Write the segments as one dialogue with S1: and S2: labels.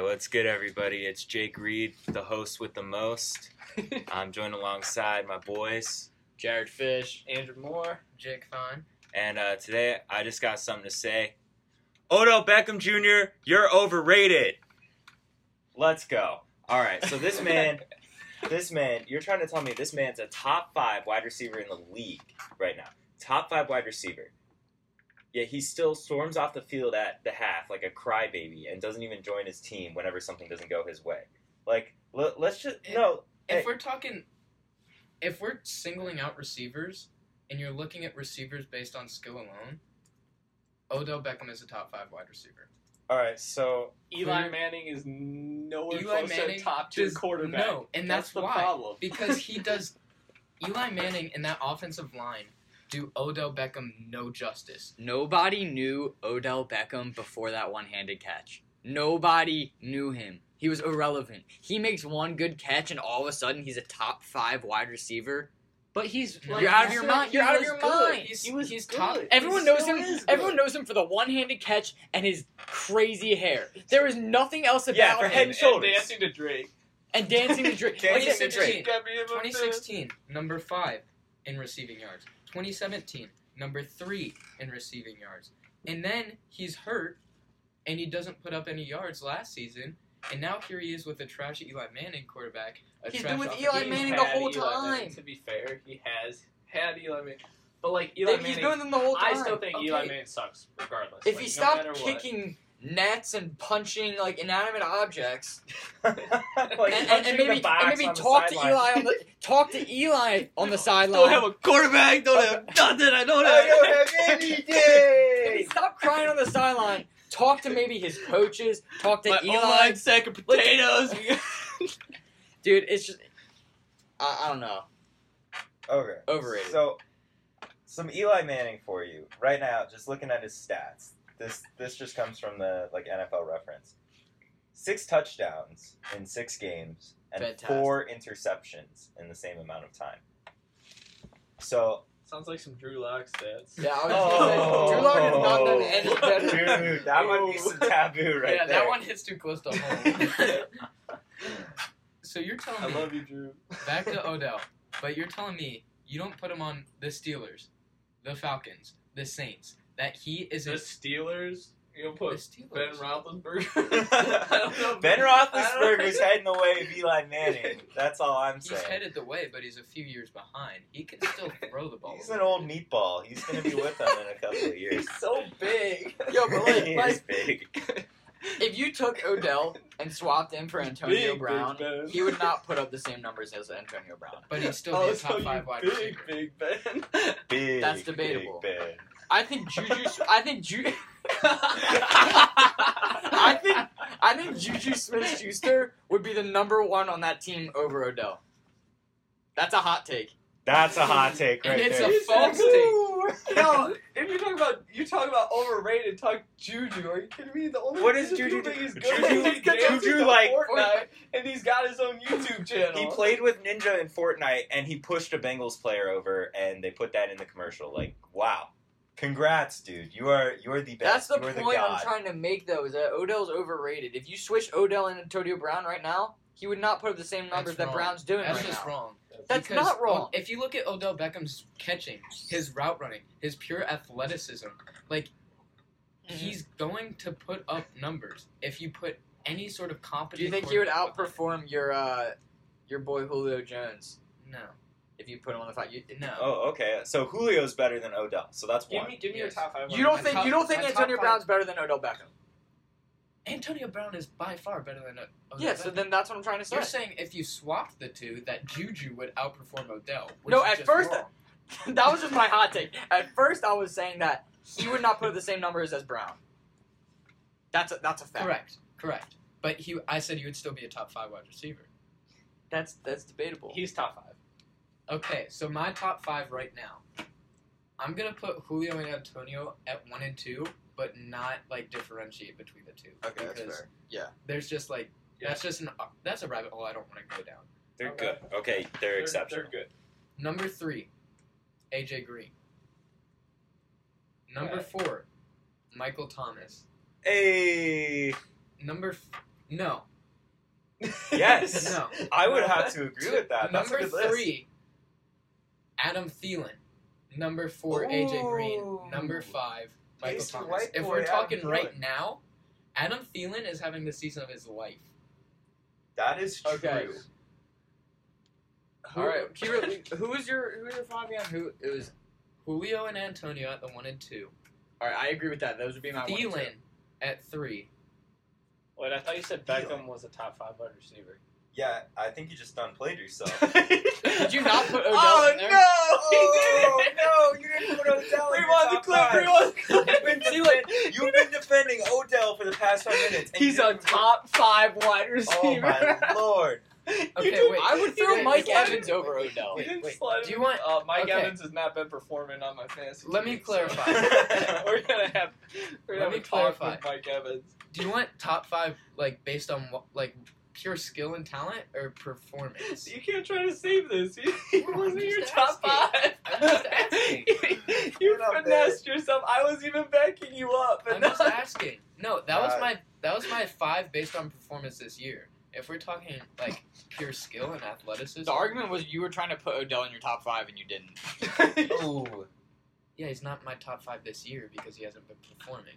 S1: what's good, everybody? It's Jake Reed, the host with the most. I'm joined alongside my boys,
S2: Jared Fish, Andrew Moore.
S3: Jake Fine.
S1: and uh, today I just got something to say. Odell Beckham Jr., you're overrated. Let's go. All right, so this man, this man, you're trying to tell me this man's a top five wide receiver in the league right now. Top five wide receiver. Yet he still storms off the field at the half like a crybaby and doesn't even join his team whenever something doesn't go his way. Like, l- let's just no. Hey.
S3: If we're talking, if we're singling out receivers, and you're looking at receivers based on skill alone, Odell Beckham is a top five wide receiver.
S1: All right, so
S2: Eli Manning is nowhere
S3: Eli
S2: close
S3: Manning
S2: to top tier
S3: does-
S2: quarterback.
S3: No, and that's,
S2: the
S3: why
S2: problem.
S3: because he does. Eli Manning and that offensive line do Odell Beckham no justice.
S4: Nobody knew Odell Beckham before that one handed catch. Nobody knew him. He was irrelevant. He makes one good catch and all of a sudden he's a top five wide receiver. But he's
S3: Like,
S4: you're out of
S3: he
S4: your
S3: said
S4: mind.
S3: he
S4: You're out of
S3: was
S4: your
S3: good.
S4: mind.
S3: He's-
S2: He was
S3: he's
S2: good.
S3: top-
S4: Everyone
S2: He
S4: knows
S2: still
S4: him.
S2: is good.
S4: Everyone knows him for the one-handed catch and his crazy hair. There is nothing else about
S1: Yeah, for
S4: him.
S1: head
S2: And
S1: shoulders.
S2: Dancing to Drake.
S4: And dancing to Drake.
S1: Dancing
S4: Like,
S1: to
S4: it's-
S1: Drake.
S3: 2016, number five in receiving yards. 2017, number three in receiving yards. And then he's hurt, and he doesn't put up any yards last season. And now here he is with a trash Eli Manning quarterback. A
S4: He's
S3: trash
S4: been with
S3: offense.
S4: Eli
S2: He's
S4: Manning
S2: had
S4: the whole
S2: Eli Manning,
S4: time.
S2: To be fair, he has had Eli Manning, but like Eli
S4: He's
S2: Manning,
S4: been with him the whole time.
S2: I still think Eli
S4: Okay.
S2: Manning sucks regardless.
S4: If
S2: like,
S4: he
S2: no
S4: stopped
S2: matter what.
S4: kicking nets and punching like inanimate objects,
S1: like
S4: and, and,
S1: punching
S4: and
S1: the
S4: maybe, and
S1: box
S4: maybe
S1: on the
S4: talk to
S1: sideline.
S4: Eli on the talk to Eli on the
S2: Don't have
S4: sideline.
S2: a quarterback. Don't have nothing. I don't
S1: I
S2: have.
S1: don't Oh, have
S4: Maybe
S1: anything.
S4: stop crying on the sideline. Talk to maybe his coaches. Talk to
S2: My
S4: Eli.
S2: online sack of potatoes.
S4: Dude, it's just I, I don't know.
S1: okay.
S4: Overrated.
S1: So, some Eli Manning for you right now. Just looking at his stats. This this just comes from the like NFL reference. Six touchdowns in six games and
S4: Fantastic.
S1: four interceptions in the same amount of time. So,
S2: Sounds like some Drew Lock stats.
S4: Yeah, I was gonna say, Drew Lock has not done any better.
S1: dude, that might be some taboo right
S3: yeah,
S1: there.
S3: that one hits too close to
S2: Oh.
S3: home. so you're telling
S2: I
S3: me
S2: love you, Drew.
S3: back to Odell, but you're telling me you don't put him on the Steelers, the Falcons, the Saints. That he is
S2: the
S3: a
S2: Steelers. You know,
S3: the
S2: put
S3: Steelers.
S2: Ben Roethlisberger. I don't know,
S1: ben Roethlisberger's heading the way of Eli Manning. That's all I'm
S3: He's
S1: saying.
S3: headed the way, but he's a few years behind. He can still throw the ball.
S1: He's an old meatball. He's gonna be with them in a couple of years.
S2: He's so big.
S4: Yo, but like,
S1: He
S4: like
S1: is big.
S4: if you took Odell and swapped him for Antonio
S2: Big,
S4: Brown,
S2: Big Ben.
S4: he would not put up the same numbers as Antonio Brown.
S3: but he'd still
S2: Oh,
S3: be a top
S2: so
S3: five
S2: you
S3: wide
S2: big,
S3: receiver.
S2: Big Ben.
S1: Big.
S4: That's debatable.
S1: Big Ben.
S4: I think Juju. I think Ju. I
S2: I
S4: think I think Juju Smith Schuster would be the number one on that team over Odell. That's a hot take.
S1: That's a hot take
S3: And
S1: right
S3: it's
S1: there.
S3: a false
S2: take. No, if you're talking about you talking about overrated, talk Juju. Are you kidding me? The only
S1: What is
S2: reason
S1: Juju
S2: people think he's
S1: do-
S2: good.
S1: Juju-
S2: is he dances
S1: Juju,
S2: to
S1: like-
S2: Fortnite, and he's got his own YouTube channel.
S1: He played with Ninja in Fortnite, and he pushed a Bengals player over, and they put that in the commercial. Like, wow, congrats, dude! You are you are the
S4: That's
S1: best.
S4: the
S1: you are
S4: point
S1: the god.
S4: I'm trying to make though, is that Odell's overrated. If you switch Odell and Antonio Brown right now, he would not put up the same numbers
S3: That's
S4: that
S3: wrong.
S4: Brown's doing
S3: That's
S4: right
S3: just
S4: now.
S3: wrong.
S4: That's
S3: Because
S4: not wrong.
S3: O- If you look at Odell Beckham's catching, his route running, his pure athleticism, like
S4: Mhm.
S3: he's going to put up numbers if you put any sort of competent.
S4: Do you think he would
S3: quarterback behind
S4: outperform your uh, your boy Julio Jones
S3: him. No,
S4: if you put him on the fight? You,
S3: no.
S1: Oh, okay. So Julio's better than Odell. So that's
S2: Give
S1: one.
S2: me, give me your
S3: Yes.
S2: top five.
S4: you don't
S3: My
S4: think
S3: top-
S4: you don't think
S3: my top
S4: Antonio
S3: five-
S4: Brown's better than Odell Beckham?
S3: Antonio Brown is by far better than O- Odell.
S4: Yeah, so
S3: Beckham.
S4: then that's what I'm trying to say.
S3: You're saying if you swapped the two, that Juju would outperform Odell. Which
S4: No,
S3: is
S4: at
S3: just
S4: first-
S3: wrong.
S4: that was just my hot take. At first, I was saying that he would not put up the same numbers as Brown. That's a, that's a fact.
S3: correct, correct. But he, I said he would still be a top five wide receiver.
S4: That's that's debatable.
S2: He's top five.
S3: Okay, so my top five right now. I'm gonna put Julio and Antonio at one and two, but not like differentiate between the two.
S4: Okay, that's
S3: because
S4: fair. Yeah.
S3: There's just like
S2: Yeah.
S3: that's just an that's a rabbit hole I don't want to go down.
S1: They're good. Okay, they're, exceptional.
S2: They're good.
S3: Number three, AJ Green. Number
S2: Okay.
S3: four, Michael Thomas.
S1: Hey,
S3: Number f- No,
S1: Yes.
S3: no.
S1: I would have to agree with that. That's
S3: Number
S1: a good list.
S3: three, Adam Thielen. Number four, AJ Green.
S2: Ooh.
S3: Number five, Michael
S2: Tasty
S3: Thomas.
S2: white
S3: if
S2: boy,
S3: we're
S2: Adam
S3: talking right
S2: Thielen.
S3: now, Adam Thielen is having the season of his life.
S1: That is true.
S3: Okay.
S4: All right, Kira, who was your who was your five again? Who it was?
S3: Julio and Antonio at the one and two.
S4: All right, I agree with that. Those would be my one and two.
S3: Thielen at three.
S5: Wait, I thought you said Beckham was a top five wide receiver.
S1: Yeah, I think you just done played yourself.
S4: Did you not put Odell
S2: Oh,
S4: in there?
S2: no!
S1: Oh, no, you didn't put Odell in
S2: Rewind
S1: your
S2: the
S1: top
S2: clip,
S1: five. You've been,
S2: rewind
S1: defend- you've been defending Odell for the past five minutes. and
S4: He's
S1: you-
S4: a top five wide
S1: Oh
S4: receiver.
S1: my lord!
S3: Okay,
S2: did-
S3: wait.
S4: I would throw
S3: Wait,
S4: Mike
S3: wait,
S4: Evans over Odell.
S3: Wait,
S2: didn't
S3: wait.
S2: slide
S3: Do you
S2: him-
S3: want-
S2: Uh, Mike
S3: okay.
S2: Evans has not been performing on my fantasy.
S3: Let me
S2: team, so-
S3: clarify.
S2: we're gonna have. We're gonna
S3: Let
S2: have
S3: me
S2: a talk
S3: clarify.
S2: with Mike Evans.
S3: Do you want top five like based on what like pure skill and talent or performance?
S2: You can't try to save this. He, he
S3: No, I'm
S2: wasn't
S3: just
S2: your top
S3: asking.
S2: five.
S3: I'm just asking.
S2: you
S1: We're not
S2: finessed yourself. I was even backing you up, but
S3: I'm
S2: no.
S3: just asking. No, that was
S1: Uh,
S3: my that was my five based on performance this year. If we're talking like pure skill and athleticism,
S4: The argument was you were trying to put Odell in your top five and you didn't.
S1: Ooh.
S3: yeah, he's not my top five this year because he hasn't been performing.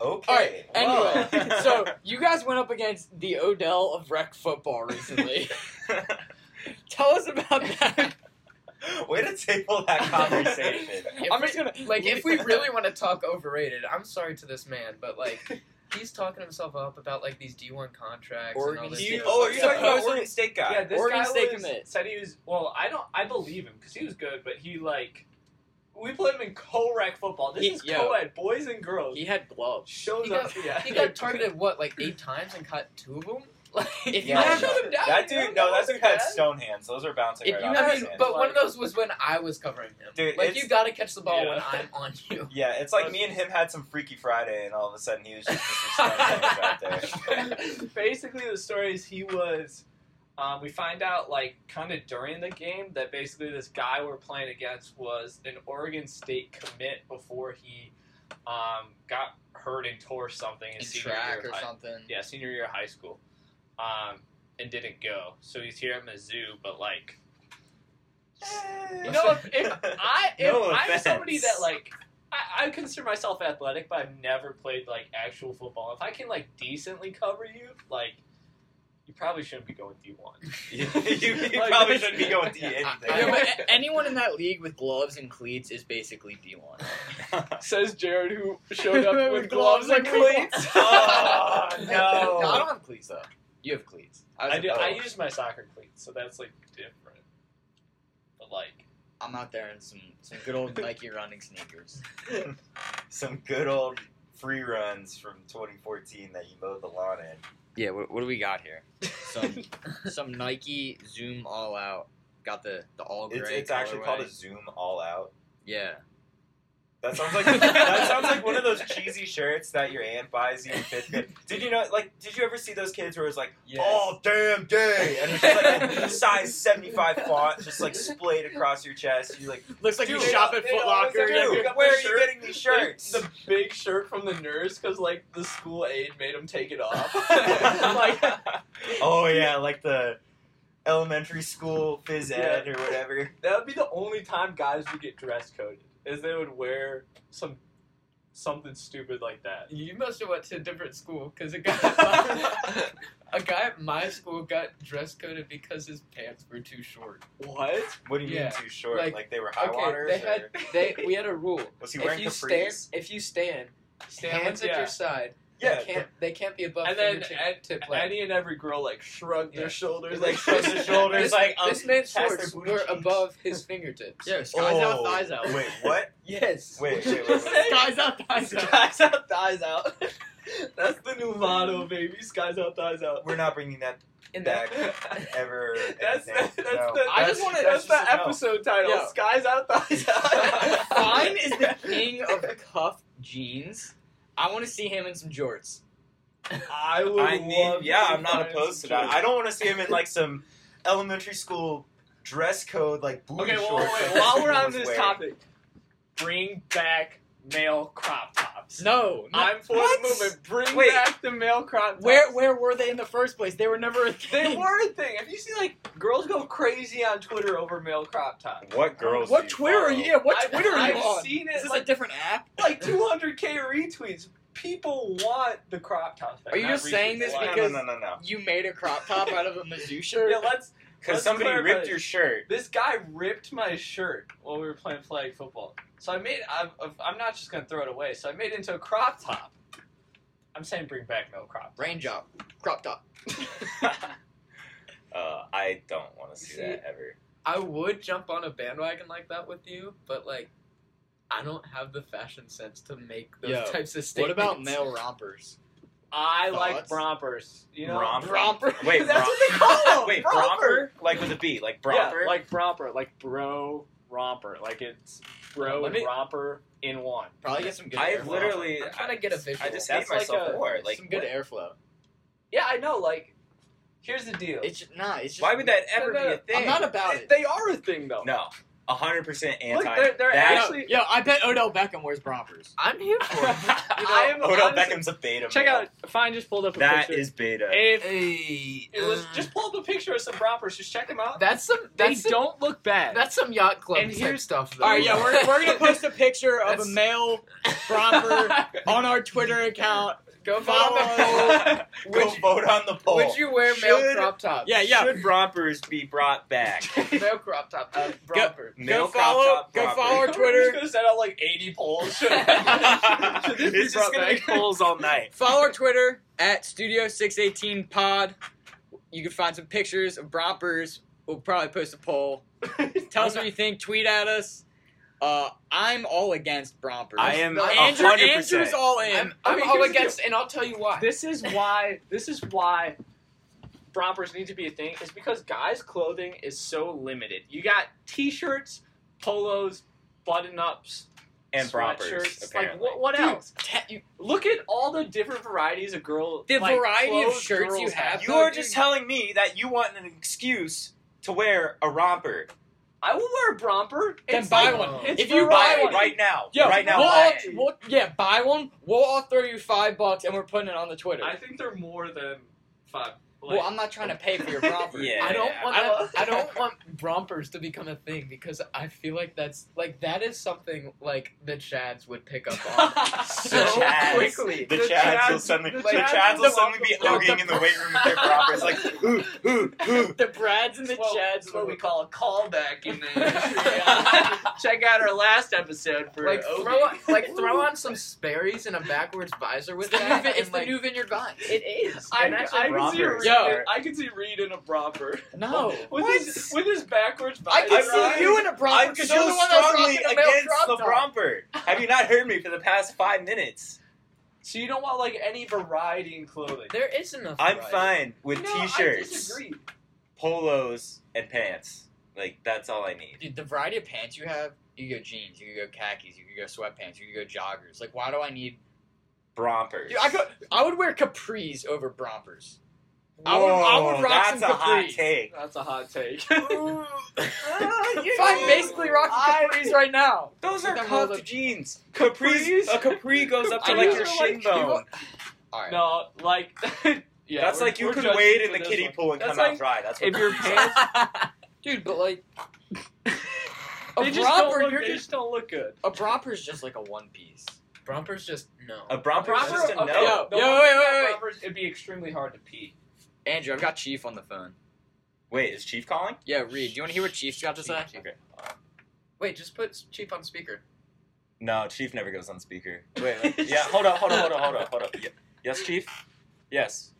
S1: Okay.
S4: All
S1: well.
S4: right. Anyway, so you guys went up against the Odell of rec football recently. Tell us about that.
S1: way to table that conversation.
S3: If
S4: I'm
S3: we-
S4: just gonna
S3: like if we really want to talk overrated, I'm sorry to this man, but like he's talking himself up about like these D1 contracts
S4: Or
S3: and all this.
S4: you-
S3: stuff.
S1: oh, are you talking about
S4: Supposedly-
S1: Oregon State guy?
S2: Yeah, this
S4: Oregon
S2: guy
S4: State
S2: was,
S4: commit.
S2: said he was. Well, I don't. I believe him because he was good, but he like. We put him in co-rec football. This
S4: He-
S2: is
S4: yo.
S2: co-ed, boys and girls.
S4: he had gloves.
S2: shows
S3: He
S2: up. yeah,
S3: he got targeted what like eight times and caught two of them. Like
S4: If you
S1: Yeah,
S4: had-
S1: I know.
S2: him down,
S1: that
S2: you know,
S1: dude, no, that
S2: that
S1: dude
S2: was
S1: had
S2: bad.
S1: stone hands. Those are bouncing
S4: If
S1: right
S4: you
S1: off
S4: had-
S1: his
S3: I mean,
S1: hands.
S3: but one of those was when I was covering him.
S1: Dude,
S3: like
S1: it's-
S3: you gotta catch the ball when
S2: Yeah.
S3: I'm on you.
S1: Yeah, it's like me and him had some Freaky Friday, and all of a sudden he was just Mr. Stone Hands right there.
S2: basically the story is he was um, we find out like kind of during the game that basically this guy we're playing against was an oregon state commit before he um, got hurt and tore something in,
S4: in
S2: senior
S4: track
S2: year
S4: or
S2: of high,
S4: something.
S2: yeah senior year of high school um, and didn't go so he's here at mizzou but like you know if, if i if
S1: No
S2: i'm somebody
S1: offense.
S2: that like I, I consider myself athletic but i've never played like actual football if i can like decently cover you like you probably shouldn't be going d1
S1: you, you, you
S2: Like,
S1: probably
S2: that's-
S1: shouldn't be going to eat
S3: I-
S4: No,
S1: anything.
S4: but a- anyone in that league with gloves and cleats is basically D one.
S2: says jared who
S4: showed up With with gloves gloves and and cleats.
S1: Oh, no.
S4: I don't have cleats though. You have cleats. was
S2: i do i
S4: like, oh,
S2: use my soccer cleats so that's like different but like
S4: I'm out there in some some good old Nike running sneakers.
S1: Some good old free runs from 2014 that you mowed the lawn in.
S4: Yeah. What, what do we got here? Some some Nike Zoom All Out. Got the the
S2: Oh,
S4: all gray.
S1: It's, it's actually called a
S4: colorway.
S1: Zoom All Out.
S4: Yeah.
S1: That sounds like that sounds like one of those cheesy shirts that your aunt buys you in fifth grade. Did you know? Like, did you ever see those kids where it's like all damn day, and it's just like a size seventy five font just like splayed across your chest? You're like,
S4: Looks like
S1: Dude,
S4: you shop at
S2: they
S4: Foot
S2: always
S4: Locker.
S2: have to
S4: yeah.
S1: dude,
S2: pick up
S1: where
S2: the
S1: are you
S2: shirt.
S1: getting these shirts?
S2: Like, the big shirt from the nurse because like the school aide made him take it off like
S1: oh yeah, like the elementary school phys ed or whatever.
S2: That would be the only time guys would get dress coded, is they would wear some something stupid like that.
S3: You must have went to a different school because a guy, at my- a guy at my school got dress coded because his pants were too short.
S2: What?
S1: What do you
S3: Yeah,
S1: mean too short?
S3: like,
S1: Like, they were high
S3: okay,
S1: waters?
S3: they had-
S1: or
S3: They we had a rule.
S1: was he
S3: If
S1: wearing
S3: you stand,
S1: capris?
S3: if you stand,
S2: Stand
S3: hands
S2: with-
S3: at
S2: yeah.
S3: your side.
S1: Yeah,
S3: they can't they can't be above
S2: And then
S3: fingertip
S2: at-
S3: tip length.
S2: Any and every girl like shrugged
S3: Yeah.
S2: their shoulders,
S1: They
S2: like
S1: shrugged
S2: shrugged
S1: their
S2: their
S1: shoulders,
S2: shoulders.
S1: like, um,
S3: this man's
S1: past their
S3: shorts
S1: booty
S3: were
S1: cheeks.
S3: above his fingertips.
S4: Yeah, skies out,
S1: Oh,
S4: thighs out.
S1: Wait, what?
S3: Yes.
S1: Wait,
S2: What'd
S1: wait,
S2: you
S1: wait, wait.
S2: say?
S4: Skies out, thighs out.
S2: Skies out, thighs out. That's the new motto, baby. Skies out, thighs out.
S1: We're not bringing that
S3: In
S1: back
S2: That's
S1: ever.
S2: that's
S1: anything.
S2: the,
S1: no.
S4: I just wanna-
S1: that's
S2: that's
S1: just
S2: the
S1: a no.
S2: episode title.
S4: Yeah.
S2: Skies out, thighs out.
S4: Fine is the king of cuff jeans. I want to see him in some jorts.
S2: I would.
S1: I need.
S2: love
S1: Yeah,
S2: to
S1: I'm not
S2: find
S1: opposed to
S2: some
S1: that.
S2: shorts.
S1: I don't want to see him in like some elementary school dress code, like booty
S2: Okay, well,
S1: shorts.
S2: wait,
S1: that
S2: while we're
S1: someone
S2: on
S1: was
S2: this
S1: wearing.
S2: topic, bring back male crop top. crops.
S6: No, no.
S2: I'm for
S6: What?
S2: the movement. Bring
S1: Wait.
S2: back the male crop tops.
S6: Where where were they in the first place? They were never a thing.
S2: They were a thing. Have you seen like girls go crazy on Twitter over male crop tops?
S1: What girls? do
S6: What
S1: you
S6: Twitter are
S1: follow?
S6: you? Yeah, what
S2: I've-
S6: Twitter are
S2: I've
S6: you on?
S2: seen
S6: Is
S2: it
S6: this a
S2: like,
S6: different app?
S2: like 200k retweets. People want the crop tops. back,
S4: Are you
S2: not
S4: just saying
S2: retweets.
S4: this
S2: Why?
S1: No, no,
S6: because-
S1: no, no, no.
S6: You made a crop top out of a Mizzou shirt.
S2: Yeah, let's.
S1: Because
S2: Let's
S1: somebody
S2: clarify
S1: ripped
S2: this.
S1: your shirt.
S2: This guy ripped my shirt while we were playing flag football. So I made. I'm, I'm not just gonna throw it away. So I made it into a crop top. I'm saying bring back male crop.
S4: Rain job.
S6: crop top.
S1: Uh, I don't want to see
S3: See?
S1: that ever.
S3: I would jump on a bandwagon like that with you, but like, I don't have the fashion sense to make those
S6: Yo,
S3: types of
S6: What
S3: statements.
S6: about male rompers?
S2: I like
S6: Thoughts?
S2: brompers. You know,
S1: Romper?
S6: Romper.
S1: Wait,
S2: That's
S1: brom-
S2: what they call 'em,
S1: Wait,
S2: romper.
S1: romper? Like with a B, like
S2: Yeah,
S1: bromper.
S2: like bromper, like bro romper, like it's bro
S4: Let
S2: and
S4: me-
S2: romper in one.
S6: Probably get some good.
S1: I have
S6: airflow.
S1: literally.
S3: I'm trying to get a visual.
S1: I just
S2: That's
S1: hate
S2: like
S1: myself
S2: a-
S1: more. Like,
S6: some good
S1: what-
S6: airflow.
S2: Yeah, I know. Like, here's the deal.
S4: It's just, nah, it's just.
S1: why would that ever
S2: No,
S1: be
S2: no,
S1: a thing?
S6: I'm not about it.
S2: they are a thing though.
S1: No, hundred percent anti.
S2: Look, they're- they're
S6: Yo,
S1: that,
S2: actually-
S6: yo, I bet Odell Beckham wears rompers.
S3: I'm here for it.
S2: I am
S1: Odell
S2: honestly-
S1: Oh, Beckham's a beta.
S5: Check
S1: male.
S5: out. Fine, just pulled up a
S1: That
S5: picture.
S1: is beta.
S5: If
S3: hey,
S2: It was
S3: uh,
S2: just pull up a picture of some brompers. Just check them out.
S3: that's some
S5: they
S3: that's some,
S5: don't look bad.
S3: that's some yacht club
S5: And
S3: type
S5: here's-
S3: stuff. Though.
S6: All right, yeah, we're, we're gonna post a picture of a
S3: That's-
S6: male romper on our Twitter account.
S3: go
S6: Follow
S3: follow.
S1: Go
S3: Would you,
S1: vote on the poll.
S3: would you wear male
S1: Oh, Should-
S3: crop tops?
S6: Yeah, yeah.
S1: Should rompers be brought back?
S3: male crop top, uh, romper.
S6: go
S1: Male
S6: follow.
S1: crop top
S6: go
S1: rompers.
S6: follow our
S2: We're
S6: Twitter.
S2: just gonna send out like 80 polls.
S1: this is just gonna be polls all night.
S4: Follow our Twitter at Studio Six Eighteen Pod. You can find some pictures of Brompers. We'll probably post a poll. Tell us what you think. Tweet at us. Uh, I'm all against Brompers.
S1: I am
S4: Andrew,
S1: 100%.
S4: Andrew's all in.
S3: I'm,
S2: I
S3: I'm
S2: mean,
S3: all
S2: here's the
S3: against, and I'll tell you why.
S5: this is why. This is why. Brompers need to be a thing is because guys' clothing is so limited. You got t-shirts, polos, button-ups,
S1: and
S5: sweatshirts,
S1: rompers.
S5: Like
S1: Apparently.
S5: what, what
S4: Dude,
S5: else?
S4: te-
S5: Look at all the different varieties of girl.
S4: The
S5: like,
S4: variety of
S5: clothes
S4: shirts you
S5: girls
S4: have.
S1: you
S4: No,
S1: are
S4: dude.
S1: just telling me that you want an excuse to wear a romper.
S5: I will wear a romper.
S4: Then
S5: It's
S4: buy
S5: like-
S4: one.
S5: It's
S4: If you buy
S5: variety.
S4: one,
S1: right now.
S4: Yo,
S1: right now.
S4: we'll,
S1: buy
S4: all,
S1: it.
S4: we'll yeah, buy one. We'll all throw you five bucks, and we're putting it on the Twitter.
S2: I think they're more than five.
S4: well, I'm not trying to pay for your Brompers.
S1: Yeah.
S3: I don't want
S5: I
S3: that-
S5: love-
S3: I don't want rompers to become a thing because I feel like that's like that is something like the Chads would pick up on.
S1: the
S3: so
S1: Chads,
S3: quickly.
S1: The,
S5: The
S1: Chads, will
S5: Chads-
S1: suddenly, the
S5: the
S1: Chads,
S5: Chads
S1: will
S5: will
S1: suddenly be
S5: also-
S1: hugging in the weight room with their rompers, like, ooh, ooh, ooh.
S6: The Brads and the
S2: It's what-
S6: Chads.
S2: it's what we call a callback in the
S6: Yeah.
S2: industry. Check out our last episode for
S3: Like
S2: Obi.
S3: throw on, like throw on some Sperry's and a backwards visor with
S4: It's the
S3: that.
S4: new,
S3: and,
S4: it's the
S3: like,
S4: new Vineyard Vines.
S6: It is.
S2: I,
S3: And
S2: I,
S3: actually
S2: can see
S1: rompers
S2: Reed,
S1: are-
S2: I can see Reed in a romper
S4: No.
S2: with his with his backwards.
S6: I
S1: I
S6: can
S1: really-
S6: see you in a romper
S1: I'm
S6: because
S1: so
S6: you're the one that's
S1: strongly
S6: rocking a male
S1: against
S6: crop
S1: the
S6: top.
S1: romper. Have you not heard me for the past five minutes?
S2: So you don't want like any variety in clothing.
S3: there is enough.
S1: I'm
S3: variety.
S1: fine with
S2: No, I
S1: t-shirts,
S2: disagree.
S1: polos, and pants. Like that's all I need.
S4: Dude, the variety of pants you have, you could go jeans, you could go khakis, you could go sweatpants, you could go joggers. Like, why do I need?
S1: Brompers.
S4: Dude, I could, I would wear capris over Brompers. I would-
S1: Whoa,
S4: I would rock
S1: that's
S4: some
S1: a hot
S4: capris.
S1: take.
S2: That's a hot take.
S4: If I'm basically rocking capris right now.
S1: Those are
S4: They're
S1: cuffed
S4: rolled up-
S1: jeans. Capris. A capri goes up to
S4: I
S1: like
S4: know.
S1: your
S4: They're
S1: shin
S4: like-
S1: bone.
S4: All right.
S2: no, like yeah,
S1: that's
S2: we're-
S1: like you
S2: we're
S1: could
S2: judging
S1: wade in
S2: for
S1: the
S2: this
S1: kiddie
S2: one.
S1: pool and
S2: That's
S1: come out
S2: like
S1: dry. That's what
S5: if your
S1: capris are.
S5: pants-
S4: Dude, but like a
S2: They just don't
S4: romper,
S2: look,
S4: you're
S2: they
S4: just
S2: just don't look good.
S4: a romper's just like a one piece.
S3: Rompers just no.
S1: A romper is
S2: Romper-
S1: just a
S2: okay,
S1: no.
S4: Yo,
S2: the
S4: yo,
S2: one
S4: wait,
S2: thing
S4: wait,
S2: about
S4: wait.
S2: rompers, it'd be extremely hard to pee.
S4: Andrew, I've got Chief on the phone.
S1: Wait, is Chief calling?
S4: Yeah, Reed, do you want to hear what Chief's got to say?
S1: Okay.
S3: Wait, just put Chief on speaker.
S1: No, Chief never goes on speaker.
S4: Wait, wait.
S1: Yeah, hold on, hold on, hold on, hold on, hold on. Ye- Yes, Chief. Yes.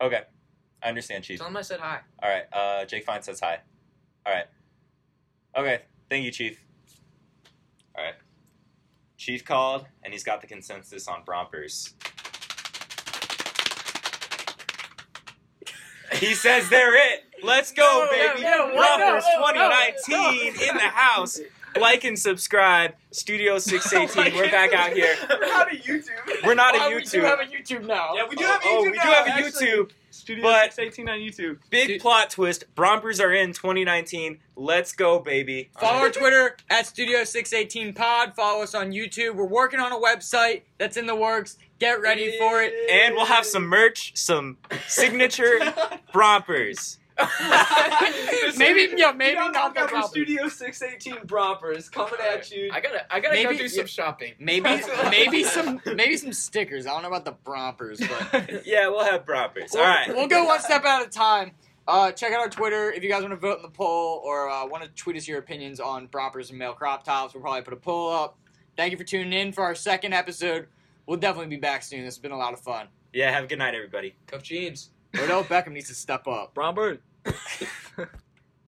S1: Okay, I understand, Chief.
S3: Tell him I said hi.
S1: All right. Uh, Jake Fine says hi. All right. Okay. Thank you, Chief. All right. Chief called, and he's got the consensus on Brompers. He says they're it. Let's go,
S4: No,
S1: baby.
S4: no, no,
S1: Brompers
S4: no, no,
S1: 2019 in the house. like and subscribe. Studio 618. We're back out here.
S5: We're not a YouTube.
S1: We're not a
S6: Why, We do
S1: YouTube.
S6: have a YouTube now.
S5: Yeah, we do
S1: Oh,
S5: have a YouTube.
S1: oh, we do
S5: now,
S1: have a
S5: actually.
S1: YouTube.
S5: Studio
S1: But-
S5: 618 on YouTube.
S1: Big
S4: Dude.
S1: plot twist. Brompers are in 2019. Let's go, baby.
S4: Follow our Twitter at Studio618Pod. Follow us on YouTube. We're working on a website that's in the works. Get ready for it.
S1: And we'll have some merch, some signature Brompers.
S6: maybe, yeah, maybe
S5: Maybe
S6: not the
S5: not got your
S6: problem.
S5: Studio 618 Brompers coming at you.
S3: I gotta, I gotta
S4: Maybe-
S3: go do some shopping.
S4: Maybe maybe some maybe some stickers. I don't know about the brompers, but
S1: Yeah, we'll have Brompers. All
S4: we'll,
S1: right.
S4: we'll go one step at a time. Uh, check out our Twitter if you guys want to vote in the poll or uh, want to tweet us your opinions on brompers and male crop tops. We'll probably put a poll up. Thank you for tuning in for our second episode. We'll definitely be back soon. This has been a lot of fun.
S1: Yeah, have a good night, everybody.
S3: Cuff jeans.
S4: Odell Beckham needs to step up.
S5: Brombird.